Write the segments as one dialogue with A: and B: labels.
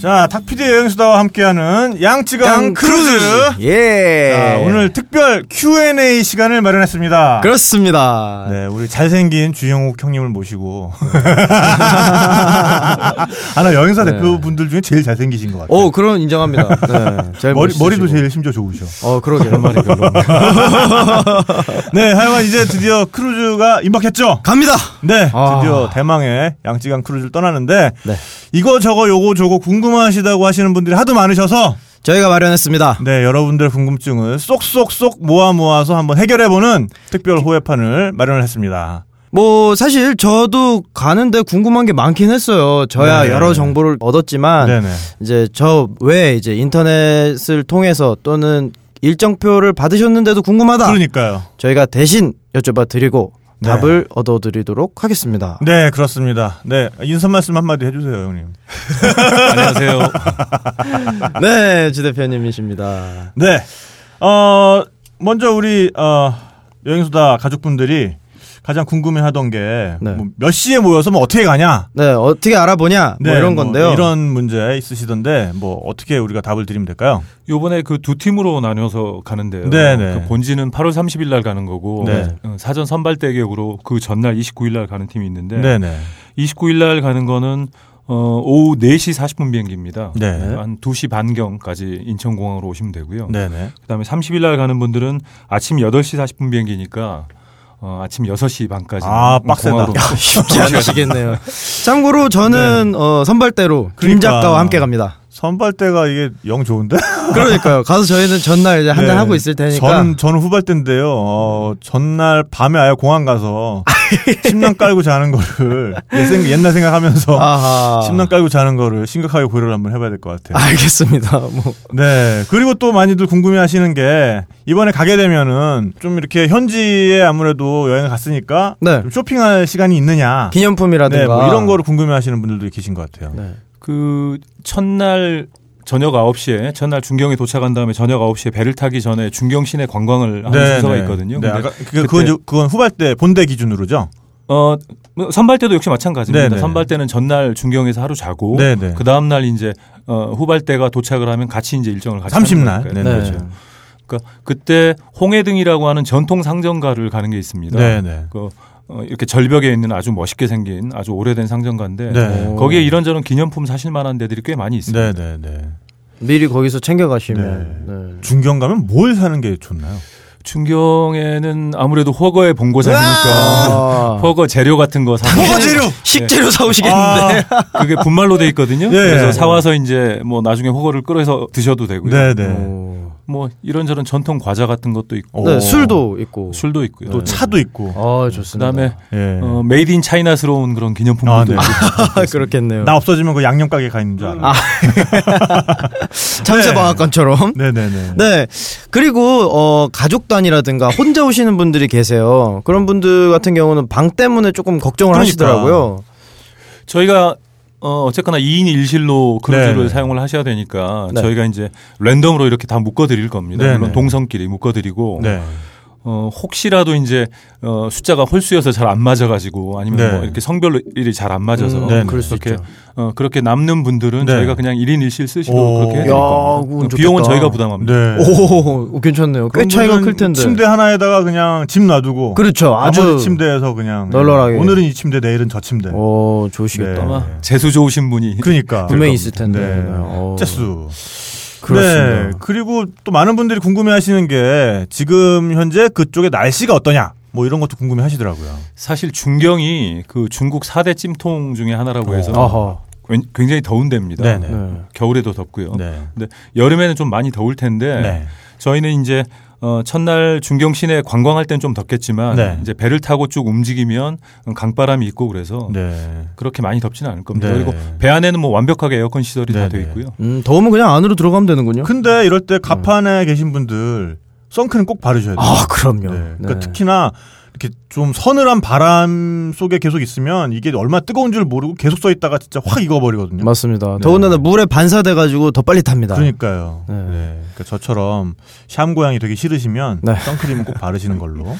A: 자, 탁피디 여행수다와 함께하는 양치강 크루즈.
B: 예.
A: 자, 오늘 특별 Q&A 시간을 마련했습니다.
B: 그렇습니다.
A: 네, 우리 잘생긴 주영욱 형님을 모시고. 아, 나 여행사
B: 네.
A: 대표분들 중에 제일 잘생기신 것 같아요.
B: 오, 그럼 인정합니다. 네. 제일
A: 머리, 머리도
B: 멋있으시고.
A: 제일 심지어 좋으셔.
B: 어, 그러게. 말이 별로.
A: 네, 하여간 이제 드디어 크루즈가 임박했죠?
B: 갑니다.
A: 네,
B: 아.
A: 드디어 대망의 양쯔강 크루즈를 떠나는데
B: 네.
A: 이거 저거 요거 저거 궁금하시다고 하시는 분들이 하도 많으셔서
B: 저희가 마련했습니다.
A: 네, 여러분들의 궁금증을 쏙쏙쏙 모아 모아서 한번 해결해 보는 특별 호외판을 마련을 했습니다.
B: 뭐 사실 저도 가는데 궁금한 게 많긴 했어요. 저야
A: 네.
B: 여러 정보를 얻었지만
A: 네, 네.
B: 이제 저 외에 이제 인터넷을 통해서 또는 일정표를 받으셨는데도 궁금하다.
A: 그러니까요.
B: 저희가 대신 여쭤봐 드리고
A: 네.
B: 답을 얻어 드리도록 하겠습니다.
A: 네, 그렇습니다. 네, 인사 말씀 한마디 해주세요, 형님.
C: 안녕하세요.
B: 네, 지 대표님이십니다.
A: 네, 어, 먼저 우리 어, 여행수다 가족분들이 가장 궁금해하던 게 몇
B: 네.
A: 시에 모여서 뭐 어떻게 가냐?
B: 네, 어떻게 알아보냐? 뭐 이런 건데요.
A: 네, 이런 문제 있으시던데 뭐 어떻게 우리가 답을 드리면 될까요?
C: 요번에 그 두 팀으로 나뉘어서 가는데요.
A: 네네.
C: 그 본지는 8월 30일 날 가는 거고
A: 네.
C: 어, 사전 선발 대격으로 그 전날 29일 날 가는 팀이 있는데
A: 네.
C: 29일 날 가는 거는 어, 오후 4시 40분 비행기입니다.
A: 네.
C: 한 2시 반경까지 인천공항으로 오시면 되고요.
A: 네, 네.
C: 그다음에 30일 날 가는 분들은 아침 8시 40분 비행기니까 어, 아침 6시 반까지
A: 아, 빡세다.
C: 공항으로
B: 쉽지 않으시겠네요. 참고로 저는 어, 선발대로 김
A: 그러니까.
B: 작가와 함께 갑니다.
A: 선발대가 이게 영 좋은데?
B: 그러니까요. 가서 저희는 전날 이제
A: 네.
B: 한잔 하고 있을 테니까.
A: 저는 저는 후발대인데요. 어, 전날 밤에 아예 공항 가서 침낭 깔고 자는 거를 내 생- 옛날 생각하면서
B: 아하.
A: 침낭 깔고 자는 거를 심각하게 고려를 한번 해봐야 될 것 같아요.
B: 알겠습니다. 뭐
A: 네. 그리고 또 많이들 궁금해 하시는 게, 이번에 가게 되면은, 좀 이렇게 현지에 아무래도 여행을 갔으니까,
B: 네.
A: 좀 쇼핑할 시간이 있느냐.
B: 기념품이라든가
A: 네, 뭐 이런 거를 궁금해 하시는 분들도 계신 것 같아요.
B: 네.
C: 그 첫날 저녁 9시에 첫날 중경에 도착한 다음에 저녁 9시에 배를 타기 전에 중경 시내 관광을 하는 순서가 아, 있거든요.
A: 네,
C: 근데
A: 아까 그, 그건, 이제- 그건 후발대 본대 기준으로죠.
C: 어 선발 때도 역시 마찬가지입니다.
A: 네네.
C: 선발 때는 전날 중경에서 하루 자고
A: 네네.
C: 그 다음 날 이제 어 후발 때가 도착을 하면 같이 이제 일정을 같이
A: 30 날.
C: 하는 거니까요.
A: 네네.
B: 네.
C: 그렇죠. 그러니까 그때 홍해등이라고 하는 전통 상점가를 가는 게 있습니다.
A: 네, 네.
C: 그 어, 이렇게 절벽에 있는 아주 멋있게 생긴 아주 오래된 상점가인데
A: 네.
C: 거기에 이런저런 기념품 사실 만한 데들이 꽤 많이 있습니다.
A: 네, 네, 네.
B: 미리 거기서 챙겨 가시면 네.
A: 중경 가면 뭘 사는 게 좋나요?
C: 중경에는 아무래도 허거의 본고장이니까
B: 아.
C: 허거 재료 같은 거 사서
B: 식재료 네.
A: 아,
B: 사오시겠는데.
C: 그게 분말로 돼 있거든요.
A: 예.
C: 그래서 사와서 이제 뭐 나중에 허거를 끓여서 드셔도 되고요.
A: 네,
B: 어.
A: 네.
B: 오.
C: 뭐 이런저런 전통 과자 같은 것도 있고
B: 아! 네, 술도 있고.
C: 술도 있고요.
A: 어, 또 차도 있고.
B: 아, 좋습니다.
C: 그다음에
A: 예.
C: 어, 메이드 인 차이나스러운 그런 기념품도
A: 아,
C: 있고.
A: 네.
B: 그렇겠네요.
A: 나 없어지면 그 양념 가게 가 있는 줄 알아.
B: 아. 잠재방앗간처럼.
A: 네, 네, 네.
B: 네. 그리고 어 가족단이라든가 혼자 오시는 분들이 계세요. 그런 분들 같은 경우는 방 때문에 조금 걱정을
A: 그러니까.
B: 하시더라고요.
C: 저희가 어, 어쨌거나 2인 1실로 크루즈를
A: 네.
C: 사용을 하셔야 되니까
B: 네.
C: 저희가 이제 랜덤으로 이렇게 다 묶어 드릴 겁니다.
A: 네,
C: 물론
A: 네.
C: 동성끼리 묶어 드리고
A: 네.
C: 어, 혹시라도 이제 어, 숫자가 홀수여서 잘 안 맞아가지고 아니면
A: 네.
C: 뭐 이렇게 성별로 일이 잘 안 맞아서
B: 음,
A: 네네.
B: 그럴 수
C: 그렇게
B: 있죠.
C: 어, 그렇게 남는 분들은
A: 네.
C: 저희가 그냥 1인 1실 쓰시고
A: 오.
C: 그렇게 해드릴
A: 야,
B: 그건
C: 겁니다. 어, 비용은
B: 좋겠다.
C: 저희가 부담합니다.
A: 네.
B: 오, 괜찮네요. 꽤
A: 그런
B: 차이가
A: 분들은
B: 클 텐데.
A: 침대 하나에다가 그냥 짐 놔두고.
B: 그렇죠. 아주
A: 아주 침대에서 그냥
B: 널널하게.
A: 오늘은 이 침대, 내일은 저 침대.
B: 오, 어, 좋으시겠다.
A: 네.
C: 아마 재수 좋으신 분이
A: 그러니까.
B: 분명히 있을 텐데.
A: 네.
B: 어.
A: 째수.
B: 그렇습니다.
A: 네. 그리고 또 많은 분들이 궁금해 하시는 게 지금 현재 그쪽의 날씨가 어떠냐. 뭐 이런 것도 궁금해 하시더라고요.
C: 사실 중경이 그 중국 4대 찜통 중에 하나라고 해서
B: 어. 아하.
C: 웬- 굉장히 더운 데입니다.
A: 어. 네네.
B: 네.
C: 겨울에도 덥고요.
A: 네.
C: 근데 여름에는 좀 많이 더울 텐데
A: 네.
C: 저희는 이제 어, 첫날 중경 시내 관광할 땐 좀 덥겠지만
A: 네.
C: 이제 배를 타고 쭉 움직이면 강바람이 있고 그래서
A: 네.
C: 그렇게 많이 덥지는 않을 겁니다.
A: 네.
C: 그리고 배 안에는 뭐 완벽하게 에어컨 시설이
A: 네,
C: 다 돼
A: 네.
C: 있고요.
B: 음, 더우면 그냥 안으로 들어가면 되는군요.
A: 근데 이럴 때 가판에 계신 분들 선크림 꼭 바르셔야 돼요.
B: 음. 아,
A: 네.
B: 그럼요. 네.
A: 그러니까 특히나 이렇게 좀 서늘한 바람 속에 계속 있으면 이게 얼마나 뜨거운 줄 모르고 계속 써 있다가 진짜 확 익어버리거든요.
B: 맞습니다.
A: 네.
B: 더군다나 물에 반사돼가지고 더 빨리 탑니다.
A: 그러니까요.
B: 네.
A: 네. 그러니까 저처럼 샴 고양이 되기 싫으시면
B: 네.
A: 선크림은 꼭 바르시는 걸로. 네.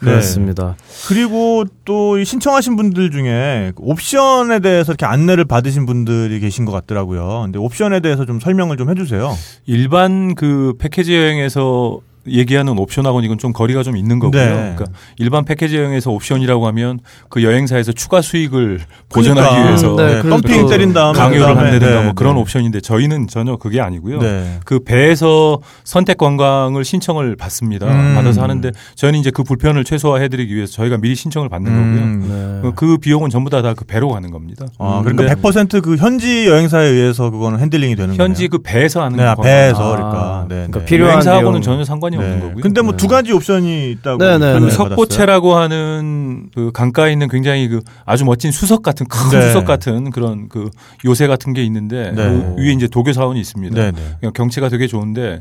B: 그렇습니다.
A: 그리고 또이 신청하신 분들 중에 그 옵션에 대해서 이렇게 안내를 받으신 분들이 계신 것 같더라고요. 근데 옵션에 대해서 좀 설명을 좀 해주세요.
C: 일반 그 패키지 여행에서 얘기하는 옵션하고는 이건 좀 거리가 좀 있는 거고요.
A: 네.
C: 그러니까 일반 패키지 여행에서 옵션이라고 하면 그 여행사에서 추가 수익을 보전하기
A: 그러니까.
C: 위해서
B: 네,
A: 네,
B: 그러니까
A: 덤핑 때린 다음에
C: 강요를
A: 그다음에
C: 한다든가
A: 네,
C: 뭐 그런
A: 네.
C: 옵션인데 저희는 전혀 그게 아니고요.
A: 네.
C: 그 배에서 선택 관광을 신청을 받습니다.
A: 음.
C: 받아서 하는데 저희는 이제 그 불편을 최소화해드리기 위해서 저희가 미리 신청을 받는 거고요. 음,
A: 음.
B: 네.
C: 그- 그 비용은 전부 다 다 그 배로 가는 겁니다.
A: 아,
C: 근데
A: 그러니까 100%그 현지 여행사에 의해서 그거는 핸들링이 되는 거예요.
C: 현지 그 배에서 하는
A: 네, 아,
C: 관광.
A: 배에서
B: 아,
A: 그러니까. 네,
B: 그러니까
A: 네.
B: 필요- 필요한
C: 여행사하고는
B: 내용.
C: 전혀 상관이 없는
A: 네.
C: 거고요.
A: 근데 뭐
B: 네.
A: 두 가지 option이 있다고.
B: 네, 네,
A: 설명을
B: 네.
A: 받았어요.
C: 석보채라고 하는 그 강가에 있는 굉장히 그 아주 멋진 수석 같은 큰
A: 네.
C: 수석 같은 그런 그 요새 같은 게 있는데
A: 네.
C: 그 위에 이제 도교 사원이 있습니다.
A: 네, 네.
C: 그냥 경치가 되게 좋은데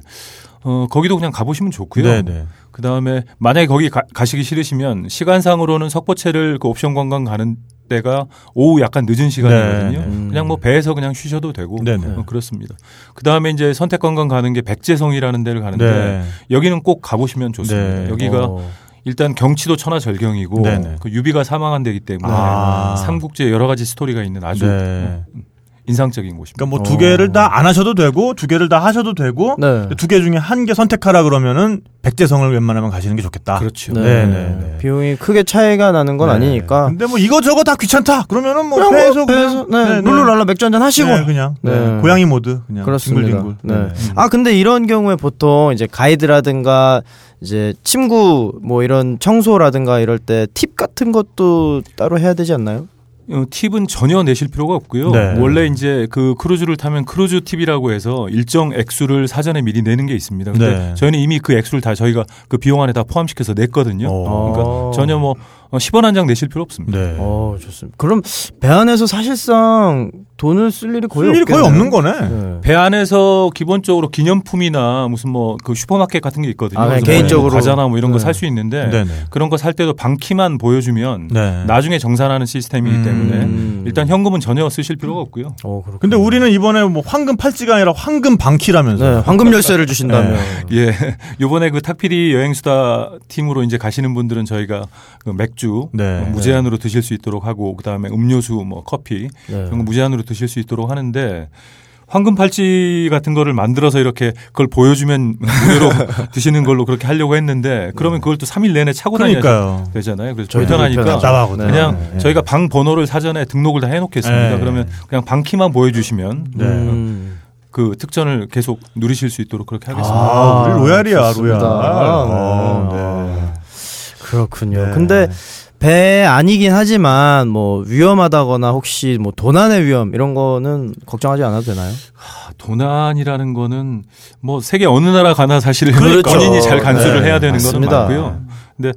C: 어 거기도 그냥 가보시면 좋고요.
A: 네, 네.
C: 그 다음에 만약에 거기 가, 가시기 싫으시면 시간상으로는 석보채를 그 옵션 관광 가는 때가 오후 약간 늦은 시간이거든요.
A: 네,
B: 네.
C: 그냥 뭐 배에서 그냥 쉬셔도 되고
A: 네, 네.
C: 어, 그렇습니다. 그 다음에 이제 선택 관광 가는 게 백제성이라는 데를 가는데
A: 네.
C: 여기는 꼭 가보시면 좋습니다.
A: 네.
C: 여기가
B: 어.
C: 일단 경치도 천하절경이고
A: 네네.
C: 그 유비가 사망한 데이기 때문에
A: 아.
C: 삼국지에 여러 가지 스토리가 있는 아주 음. 어.
A: 네.
C: 인상적인 곳입니다.
A: 그러니까 뭐 두 개를 다 안 하셔도 되고 두 개를 다 하셔도 되고
B: 네.
A: 두 개 중에 한 개 선택하라 그러면은 백제성을 웬만하면 가시는 게 좋겠다.
C: 그렇죠.
B: 네.
A: 네, 네, 네.
B: 비용이 크게 차이가 나는 건
A: 네.
B: 아니니까.
A: 근데 뭐 이거 저거 다 귀찮다. 그러면은 뭐
B: 그냥 뭐
A: 배에서
B: 배에서,
A: 그냥
B: 네, 룰루랄라 맥주 한잔 하시고.
A: 네, 그냥
B: 네.
A: 네. 고양이 모드 그냥
B: 그렇습니다.
A: 뒹굴뒹굴.
B: 네.
A: 네.
B: 아 근데 이런 경우에 보통 이제 가이드라든가 이제 침구 뭐 이런 청소라든가 이럴 때 팁 같은 것도 따로 해야 되지 않나요?
C: 어, 팁은 전혀 내실 필요가 없고요.
A: 네.
C: 원래 이제 그 크루즈를 타면 크루즈 팁이라고 해서 일정 액수를 사전에 미리 내는 게 있습니다. 근데
A: 네.
C: 저희는 이미 그 액수를 다 저희가 그 비용 안에 다 포함시켜서 냈거든요.
A: 어.
B: 어.
C: 그러니까 전혀 뭐 10원 한 장 내실 필요 없습니다.
A: 네.
B: 어 좋습니다. 그럼 배 안에서 사실상 돈을 쓸 일이 거의
A: 쓸 일이 거의
B: 없겠네요.
A: 없는 거네.
B: 네.
C: 배 안에서 기본적으로 기념품이나 무슨 뭐 그 슈퍼마켓 같은 게 있거든요.
B: 아, 그냥
C: 그래서
B: 개인적으로.
C: 뭐 과자나 뭐 이런
B: 네.
C: 거 살 수 있는데
A: 네, 네.
C: 그런 거 살 때도 반키만 보여주면
A: 네.
C: 나중에 정산하는 시스템이기
A: 음.
C: 때문에
B: 음.
C: 일단 현금은 전혀 쓰실 필요가 없고요.
B: 어 그렇군.
A: 근데 우리는 이번에 뭐 황금 팔찌가 아니라 황금 방키라면서.
B: 네 황금 열쇠를 주신다면
A: 네.
C: 예, 요번에 그 탁피디 여행수다 팀으로 이제 가시는 분들은 저희가 그 맥주
A: 네.
C: 어, 무제한으로 드실 수 있도록 하고 그 다음에 음료수 뭐 커피
B: 네.
C: 이런 거 무제한으로 드실 수 있도록 하는데 황금 팔찌 같은 거를 만들어서 이렇게 그걸 보여주면 무료로 드시는 걸로 그렇게 하려고 했는데 그러면 그걸 또 3일 내내 차고 다녀야
A: 그러니까요.
C: 되잖아요. 그래서
B: 저희도
C: 불편하니까
B: 불편하죠.
A: 답답하거든요.
C: 그냥
A: 네.
C: 저희가 방 번호를 사전에 등록을 다 해놓겠습니다.
A: 네.
C: 그러면 그냥 방 키만 보여주시면
A: 네.
B: 음.
C: 그 특전을 계속 누리실 수 있도록 그렇게 하겠습니다.
A: 아, 우리 로얄이야,
B: 좋습니다.
A: 로얄. 어,
B: 네.
A: 네.
B: 그렇군요.
A: 네.
B: 근데 배 아니긴 하지만 뭐 위험하다거나 혹시 뭐 도난의 위험 이런 거는 걱정하지 않아도 되나요?
C: 도난이라는 거는 뭐 세계 어느 나라 가나 사실
A: 그렇죠.
C: 본인이 잘 간수를
A: 네,
C: 해야 되는 거는
B: 맞습니다.
C: 맞고요. 근데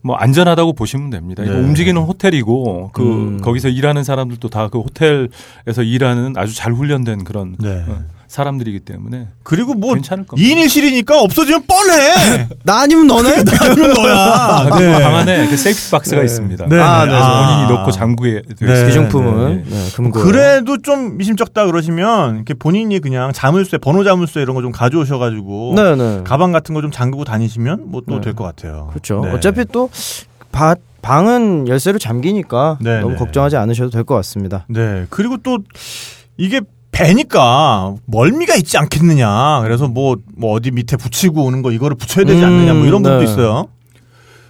C: 뭐 안전하다고 보시면 됩니다. 이거
A: 네.
C: 움직이는 호텔이고 그
B: 음.
C: 거기서 일하는 사람들도 다 그 호텔에서 일하는 아주 잘 훈련된 그런
A: 네.
C: 어, 사람들이기 때문에
A: 그리고 뭐
C: 괜찮을 겁니다.
A: 2인 1실이니까 없어지면 뻔해.
B: 나 아니면 너네?
A: 나는 너야.
C: 아, 방 안에 그 세이프 박스가 있습니다.
A: 네.
B: 아,
A: 네.
B: 네.
C: 그래서 본인이 넣고 잠그게 되어
A: 네.
C: 있습니다.
B: 귀중품은 네, 금고.
A: 그래도 좀 미심쩍다 그러시면 이렇게 본인이 그냥 자물쇠, 번호 자물쇠 이런 거 좀 가져오셔가지고
B: 네네.
A: 가방 같은 거 좀 잠그고 다니시면 뭐 또
B: 네.
A: 될 것 같아요.
B: 그렇죠.
A: 네.
B: 어차피 또 바- 방은 열쇠로 잠기니까
A: 네,
B: 너무
A: 네.
B: 걱정하지 않으셔도 될 것 같습니다.
A: 네. 그리고 또 이게 배니까 멀미가 있지 않겠느냐. 그래서 뭐, 뭐 어디 밑에 붙이고 오는 거 이거를 붙여야 되지
B: 음,
A: 않느냐. 뭐 이런 분도
B: 네.
A: 있어요.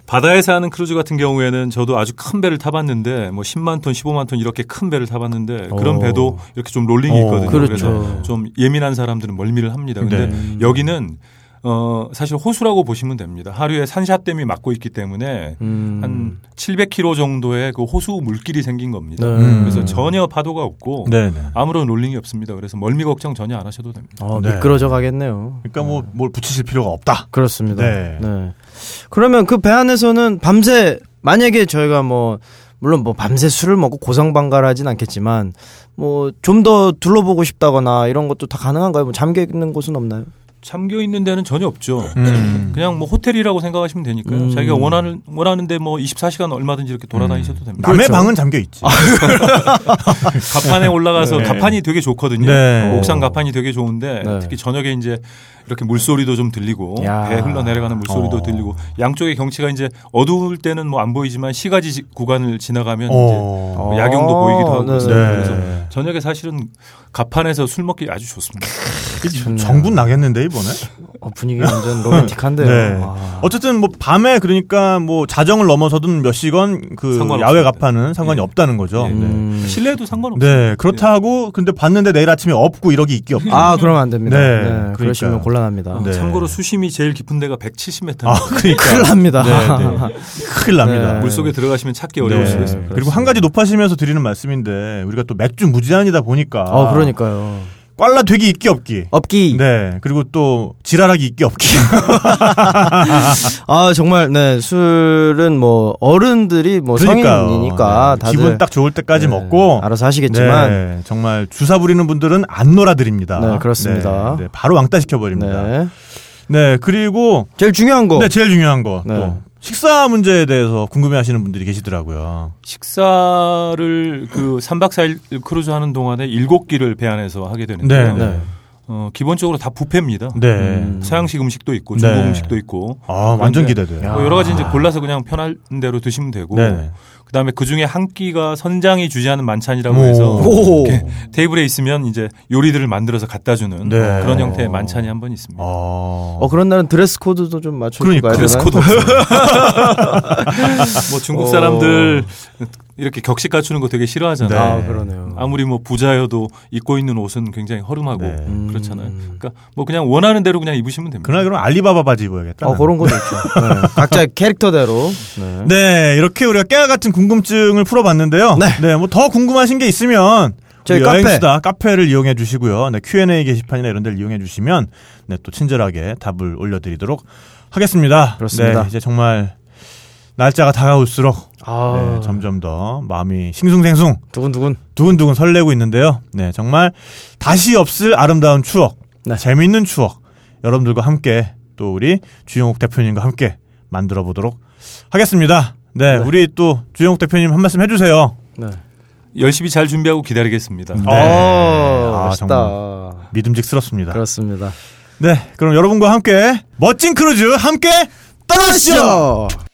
C: 바다에서 하는 크루즈 같은 경우에는 저도 아주 큰 배를 타봤는데 뭐 10만 톤, 15만 톤 이렇게 큰 배를 타봤는데 그런
B: 오.
C: 배도 이렇게 좀 롤링이
A: 오,
C: 있거든요.
B: 어. 그렇죠. 음.
C: 래서좀 예민한 사람들은 멀미를 합니다. 근데
A: 네.
C: 여기는 어 사실 호수라고 보시면 됩니다. 하류에 산샤댐이 막고 있기 때문에
B: 음.
C: 한 700km 정도의 그 호수 물길이 생긴 겁니다.
B: 네.
A: 음.
C: 그래서 전혀 파도가 없고
A: 네. 네.
C: 아무런 롤링이 없습니다. 그래서 멀미 걱정 전혀 안 하셔도 됩니다.
B: 어,
A: 네.
B: 미끄러져 가겠네요.
A: 그러니까 뭐 뭘 붙이실 필요가 없다.
B: 그렇습니다.
A: 네.
B: 그러면 그 배 안에서는 밤새 만약에 저희가 뭐 물론 뭐 밤새 술을 먹고 고성방가를 하진 않겠지만 뭐 좀 더 둘러보고 싶다거나 이런 것도 다 가능한가요? 뭐 잠겨 있는 곳은 없나요?
C: 잠겨 있는 데는 전혀 없죠.
A: 음.
C: 그냥 뭐 호텔이라고 생각하시면 되니까요.
B: 음.
C: 자기가 원하는 원하는데 뭐 24시간 얼마든지 이렇게 돌아다니셔도 됩니다.
A: 남의
B: 그렇죠.
A: 방은 잠겨 있지.
C: 가판에 올라가서
A: 네.
C: 가판이 되게 좋거든요.
A: 네.
C: 옥상 가판이 되게 좋은데
B: 네.
C: 특히 저녁에 이제 이렇게 물소리도 좀 들리고
B: 야.
C: 배 흘러내려가는 물소리도
A: 어.
C: 들리고 양쪽의 경치가 이제 어두울 때는 뭐 안 보이지만 시가지 지- 구간을 지나가면
A: 어.
C: 이제 아, 뭐 야경도
B: 어,
C: 보이기도 하고
B: 네.
C: 그래서
A: 네.
C: 저녁에 사실은 가판에서 술 먹기 아주 좋습니다.
B: 좋네요.
A: 정분 나겠는데 이번에.
B: 어, 분위기 완전 로맨틱한데요. 아,
A: 네.
B: 와.
A: 어쨌든 뭐 밤에 그러니까 뭐 자정을 넘어서든 몇 시간 그
C: 상관없습니다.
A: 야외 가판은 상관이
C: 예.
A: 없다는 거죠.
C: 예.
A: 네.
B: 음.
C: 실내도 상관없어요. 예.
A: 네, 그렇다고 근데 봤는데 내일 아침에 없고 이러기 있기 없다.
B: 아 그러면 안 됩니다.
A: 네,
B: 네,
A: 그러니까요.
B: 그러시면 곤란합니다.
A: 네.
C: 참고로 수심이 제일 깊은 데가 170m.
A: 아, 그러니까
B: 큰일 납니다.
C: 네,
A: 큰일 납니다.
B: 네.
C: 물 속에 들어가시면 찾기 어려울
A: 네.
C: 수가 있습니다.
A: 그리고 한 가지 높아지면서 드리는 말씀인데 우리가 또 맥주 무제한이다 보니까
B: 어 그러니까요. 아,
A: 꽐라 되기 있기 없기.
B: 업기.
A: 네. 그리고 또 지랄하기 있기 없기.
B: 아 정말 네 술은 뭐 어른들이 뭐
A: 그러니까요.
B: 성인이니까
A: 네.
B: 다들
A: 기분 딱 좋을 때까지
B: 네,
A: 먹고
B: 알아서 하시겠지만 네.
A: 네, 정말 주사 부리는 분들은 안 놀아드립니다.
B: 네, 그렇습니다.
A: 네, 네, 바로 왕따 시켜버립니다. 네. 그리고
B: 제일 중요한 거.
A: 근데 제일 중요한 거
B: 어. 네.
A: 또 식사 문제에 대해서 궁금해하시는 분들이 계시더라고요.
C: 식사를 그 3박 4일 크루즈 하는 동안에 일곱 끼를 배안해서 하게 되는데
A: 네, 네.
C: 어, 기본적으로 다 뷔페입니다.
A: 네.
B: 음.
C: 서양식 음식도 있고 중국
A: 네.
C: 음식도 있고
A: 아 완전
C: 그런데
A: 기대돼요. 아.
B: 야.
C: 뭐 여러 가지 이제 골라서 그냥 편한 대로 드시면 되고
A: 네.
C: 그다음에 그중에 한 끼가 선장이 주재하는 만찬이라고
A: 오.
C: 해서
B: 오.
C: 이렇게 테이블에 있으면 이제 요리들을 만들어서 갖다 주는
A: 네.
C: 그런 형태의 만찬이 한 번 있습니다.
A: 아.
B: 어 그런 날은 드레스 코드도 좀 맞춰
A: 그러니까.
B: 가야 되나요?
C: 드레스 코드 없어요. 뭐 중국 사람들 이렇게 격식 갖추는 거 되게 싫어하잖아요.
A: 어. 네.
B: 아 그러네요.
C: 아무리 뭐 부자여도 입고 있는 옷은 굉장히 허름하고
A: 네.
B: 음.
C: 그렇잖아요. 그러니까 뭐 그냥 원하는 대로 그냥 입으시면 됩니다.
A: 그날 그럼 알리바바 바지 입어야겠다.
B: 어 그런 거 좋죠. 네. 각자의 캐릭터대로. 네.
A: 네, 이렇게 우리가 깨알 같은 궁금증을 풀어봤는데요.
B: 네.
A: 뭐 더 궁금하신 게 있으면
B: 저희
A: 우리
B: 카페.
A: 여행수다 카페. 를 이용해 주시고요. 네, Q&A 게시판이나 이런 데를 이용해 주시면 네, 또 친절하게 답을 올려드리도록 하겠습니다.
B: 그렇습니다.
A: 네, 이제 정말 날짜가 다가올수록
B: 아
A: 네, 점점 더 마음이 싱숭생숭
B: 두근두근.
A: 두근두근 설레고 있는데요. 네, 정말 다시 없을 아름다운 추억,
B: 네.
A: 재미있는 추억 여러분들과 함께 또 우리 주영욱 대표님과 함께 만들어 보도록 하겠습니다. 네, 우리 또 주영욱 대표님 한 말씀 해주세요.
B: 네.
C: 열심히 잘 준비하고 기다리겠습니다.
A: 네.
B: 어
A: 아,
B: 멋있다.
A: 믿음직스럽습니다.
B: 그렇습니다.
A: 네, 그럼 여러분과 함께 멋진 크루즈 함께 떠나시죠.
B: 시죠.